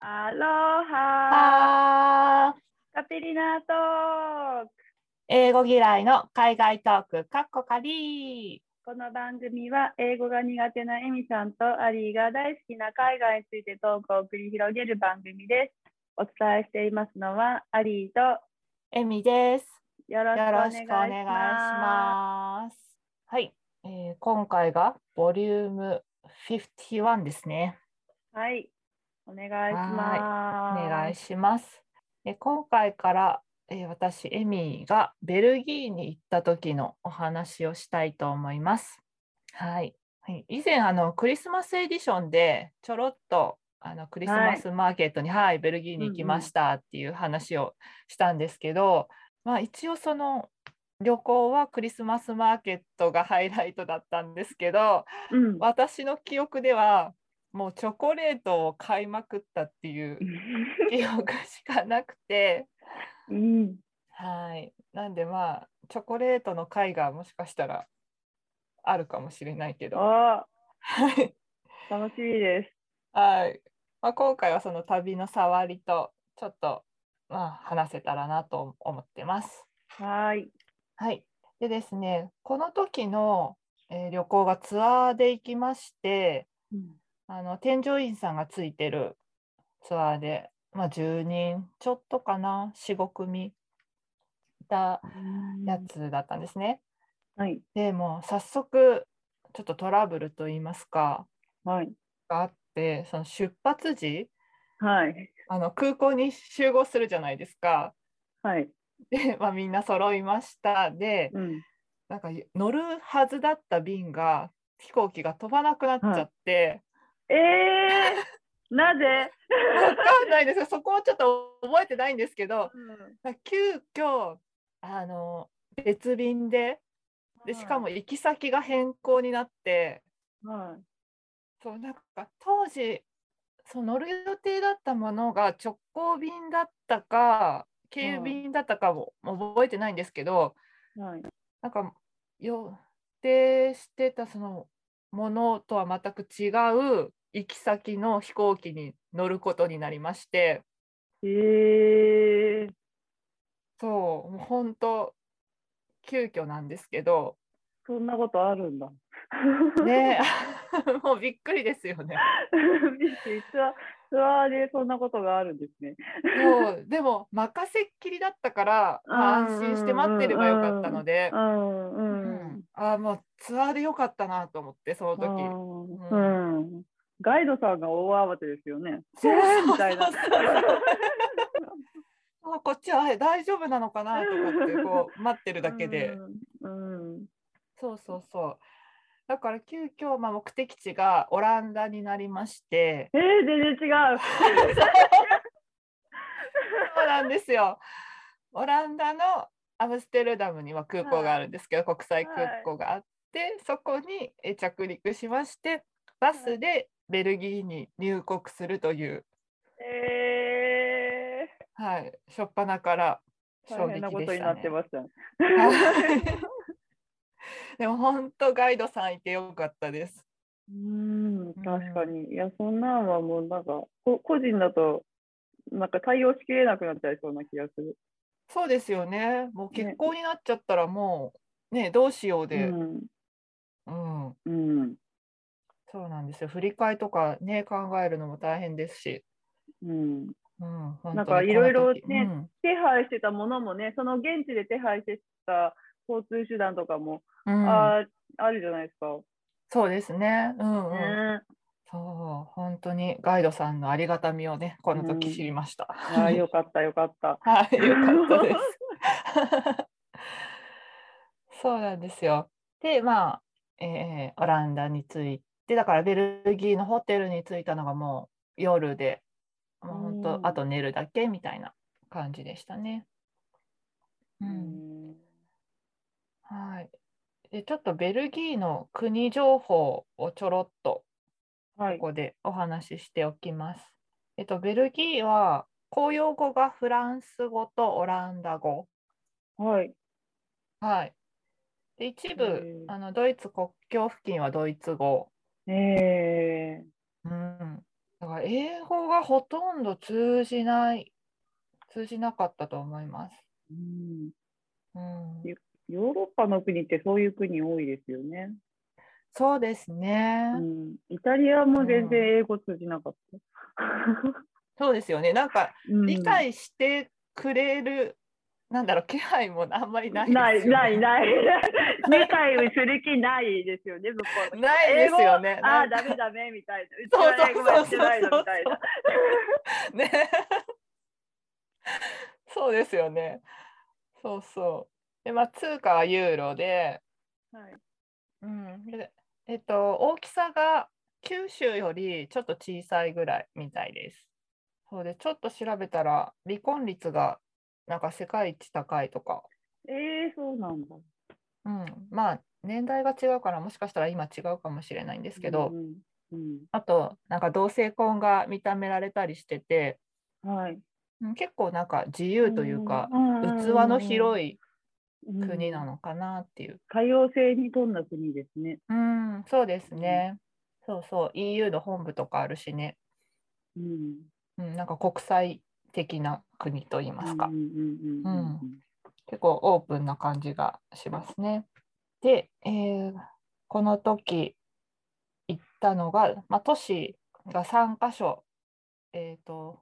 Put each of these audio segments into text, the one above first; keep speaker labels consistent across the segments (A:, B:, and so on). A: アロハ
B: は
A: カペリナトーク
B: 英語嫌いの海外トーク、カッコカリ
A: この番組は英語が苦手なエミさんとアリーが大好きな海外についてトークを繰り広げる番組です。お伝えしていますのはアリーと
B: エミです。
A: よろ
B: よ
A: しくお
B: ろ
A: 願い
B: しく
A: し
B: お願いし
A: ま
B: ます。はい、えー今回がボリューム51ですね。
A: す。はい。お願いしま
B: お
A: す。
B: 願いします。え今回から、えー私、エミがベルギーに行った時のお話をしたいと思います。はい、はい以前あの、クリスマスエディションでちょろっとあのクリスマスマーケットに、はいベルギーに行きましたっていう話をしたんですけど、まあ、一応その旅行はクリスマスマーケットがハイライトだったんですけど、
A: うん。
B: 私の記憶ではもうチョコレートを買いまくったっていう記憶しかなくて
A: うん。
B: はいなんでまあチョコレートの会がもしかしたらあるかもしれないけど
A: お
B: はい、
A: 楽しみです。
B: はいまあ、今回はその旅の触りとちょっとまあ話せたらなと思ってます。
A: はい。
B: はい、でですねこの時の、えー旅行がツアーで行きまして
A: うん
B: あの添乗員さんがついてるツアーで、まあ、10人ちょっとかな45組いたやつだったんですね。
A: はい。
B: でもう早速ちょっとトラブルといいますか
A: はい。
B: があってその出発時
A: はい。
B: あの空港に集合するじゃないですか。
A: はい。
B: で、まあ、みんな揃いましたで
A: うん。
B: なんか乗るはずだった便が飛行機が飛ばなくなっちゃって。
A: ええー、なぜ、
B: わかんないですよそこはちょっと覚えてないんですけど
A: うん
B: 急遽あの別便ででしかも、行き先が変更になって
A: はい、
B: そうなんか当時そう乗る予定だったものが直行便だったか軽便だったかももう覚えてないんですけど
A: はい、
B: なんか予定してたそのものとは全く違う行き先の飛行機に乗ることになりまして。
A: えー、
B: そう、もう本当、急遽なんですけど、
A: そんなことあるんだ。
B: ね、 もうびっくりですよね。
A: ミッシーツアツアーでそんなことがあるんですね。
B: そうでも、任せっきりだったから、まあ
A: うん
B: 安心して待ってればよかったので
A: う、んう
B: うんんあーもうツアーでよかったなと思って、その
A: う
B: 時。
A: ん
B: う
A: うんガイドさんが大慌てですよね。
B: そうそう
A: えーみたいな。
B: そうもうこっちはあれ大丈夫なのかなと かってこう待ってるだけで、
A: うん。うん
B: そうそうそうだから急遽まあ目的地がオランダになりまして、
A: えー、全然違 う。
B: そうなんですよ。オランダのアムステルダムには空港があるんですけど、国際空港があって、そこにえ着陸しましてバスでベルギーに入国するという、
A: え
B: はい、初っ端から
A: ー、
B: 衝
A: 大変な
B: 撃
A: こ
B: で
A: と
B: し
A: にな
B: た
A: って
B: ね。
A: ましたね。
B: はい でも本当ガイドさんいてよかったです。
A: うん、確かに。いや、そんなんはもうなんか、こ個人だと、なんか対応しきれなくなっちゃいそうな気がする。
B: そうですよね。もう結婚になっちゃったらもうねどうしようで、
A: うん。
B: うん、
A: うん。
B: そうなんですよ。振り替えとかね考えるのも大変ですし。
A: うん。
B: うん、
A: なんかいろいろね
B: 本
A: 手配してたものもね、その現地で手配してた交通手段とかも、
B: 当にこの時うんうん
A: ああるじゃないですか。
B: そうですね。うんうん。
A: ね
B: そう、本当にガイドさんのありがたみをね、この時知りました。
A: え。ああ、よかった、よかった。
B: はい、よかったです。 そうなんですよ。で、まあ、えーオランダに着いて、だからベルギーのホテルに着いたのがもう夜で、もう本当、
A: うん
B: あと寝るだけみたいな感じでしたね。 うん
A: ん。
B: はい。で、ちょっとベルギーの国情報をちょろっと
A: は
B: こ
A: い。
B: こでお話ししておきます。えっと、ベルギーは公用語がフランス語とオランダ語。
A: はい。
B: はい。で、一
A: へ
B: 部
A: ー、
B: あの、ドイツ国境付近はドイツ語。
A: ええ
B: うん。だからから英語がほとんど通じない通じなかったと思います。
A: うん、
B: うん、
A: ヨーロッパの国ってそういう国多いですよね。
B: そうですね
A: う、ん、イタリアも全然英語通じなかった。
B: そうですよねなんか
A: うん
B: 理解してくれる、なんだろう気配もあんまりない
A: な
B: です
A: い
B: よね
A: ないない理解をする気ないですよね向こうの
B: ないですよね
A: 英語あ
B: な
A: あ
B: んか
A: ダメダメみたいなうち
B: そう
A: は
B: そ
A: 英
B: う
A: 語
B: そ
A: や
B: う
A: ってないのみたいな
B: そう。ね。 そうですよね。そうそう。で、まあ、通貨はユーロで、
A: はい
B: うん、でえっと、大きさが九州よりちょっと小さいぐらいみたいです。そうで、ちょっと調べたら、離婚率がなんか世界一高いとか、
A: えー、そうなんだ
B: うん、まあ、年代が違うから、もしかしたら今違うかもしれないんですけど、
A: うんうん
B: あと、なんか同性婚が認められたりしてて、
A: うんはい
B: うん結構なんか自由というか、器の広い国
A: う
B: な
A: ん
B: のかなっていう。
A: 多様性に富んだ国ですね
B: うん、そうですね。そうそう EU の本部とかあるしね、
A: うん
B: うん、なんか国際的な国といいますか、
A: うんうんうんうん
B: 結構オープンな感じがしますね。で、えーこの時行ったのが、まあ、都市が3カ所、えー、と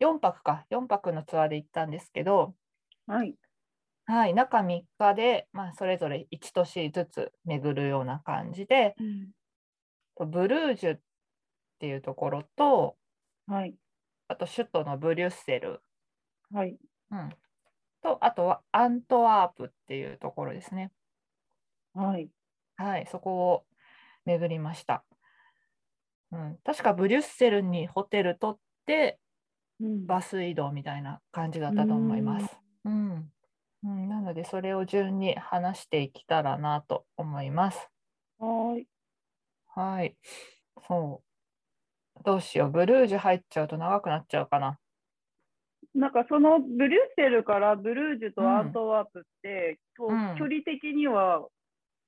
B: 4泊か4泊のツアーで行ったんですけど、
A: はい
B: はい、中3日で、まあ、それぞれ1都市ずつ巡るような感じで、ブルージュっていうところと、
A: はい
B: あと首都のブリュッセル、
A: はい
B: うん、と、あとはアントワープっていうところですね。
A: はい
B: はい、そこを巡りました。うん、確かブリュッセルにホテル取って、
A: うん
B: バス移動みたいな感じだったと思います。うんうん、なので、それを順に話していけたらなと思います。
A: はい
B: はい。そう。どうしよう。ブルージュ入っちゃうと長くなっちゃうかな。
A: なんかそのブリュッセルからブルージュ
B: うん
A: とアントワープって、こう
B: うん
A: 距離的には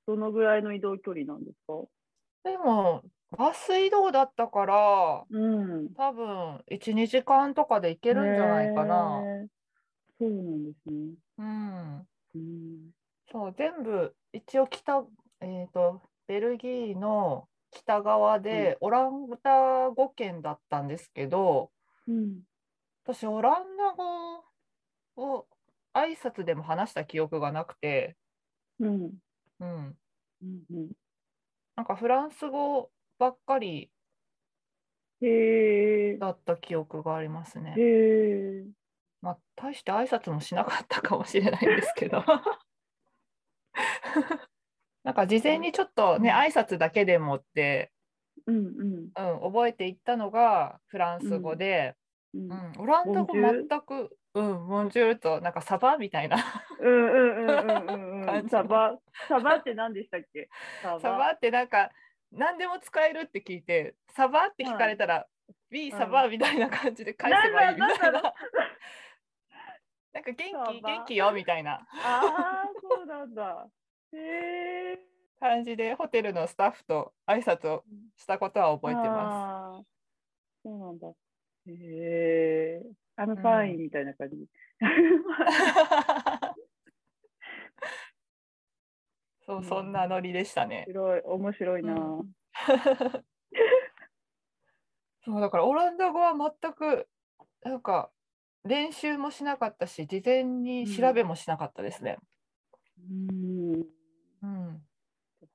A: どのぐらいの移動距離なんですか、
B: でも、バス移動だったから、
A: うん、
B: 多分1、2時間とかで行けるんじゃないかな。
A: へー。そうなんですね。
B: うん。
A: うん
B: そう、全部、一応北、えっ、と、ベルギーの北側で、オランダ語圏だったんですけど、
A: うん、
B: 私、オランダ語を挨拶でも話した記憶がなくて、
A: うん、
B: うん。
A: うんうん。
B: なんかフランス語ばっかり
A: へえ。
B: だった記憶があります
A: へ
B: ね。
A: え。
B: まあ、大して挨拶もしなかったかもしれないんですけ ど。なんか事前にちょっとね、
A: うん
B: 挨拶だけでもって、
A: うんうん
B: うん、覚えていったのがフランス語で、
A: うん。
B: うんオランダ語
A: ボンジュール
B: 全く、うん、モンジュールと、なんかサバみたいな、
A: うんうんうんうんうんう
B: 感
A: ん。
B: じ
A: サバ、サバって何でしたっけ？サバ。
B: サバってなんか、何でも使えるって聞いて、サバって聞かれたら、B サバみたいな感じで返せばいいみた
A: な
B: い
A: んだ
B: な。
A: なんだ
B: なんか元気
A: サバ
B: 元気よみたいな
A: ああ、そうなんだ。へえ。
B: 感じでホテルのスタッフと挨拶をしたことは覚えてま
A: す。
B: す。
A: そうなんだ。へえ。あのサインみたいな感じ。
B: そううん そんなノリでしたね
A: 面。白い面白いな。
B: うんそうだからオランダ語は全くなんか練習もしなかったし事前に調べもしなかったですね。
A: うん。
B: うん、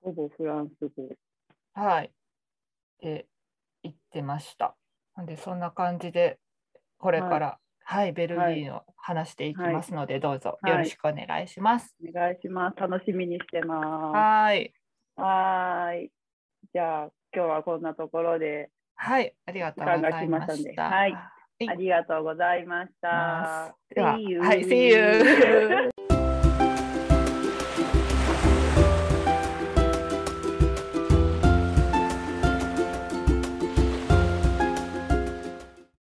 A: ほぼフランス語。
B: はい。って言ってました。なんでそんな感じでこれから、はい、ベルギーの話していきますので、どうぞよろしくお願いします。
A: お願いします。楽しみにしてま
B: はい。
A: す。はーい。じゃあ、今日はこんなところで、
B: はい、ありがとうございま
A: 時間が来ましたん
B: し
A: で
B: た。
A: はい
B: はい
A: ありがとうございました。
B: では
A: See you.
B: はい、See you!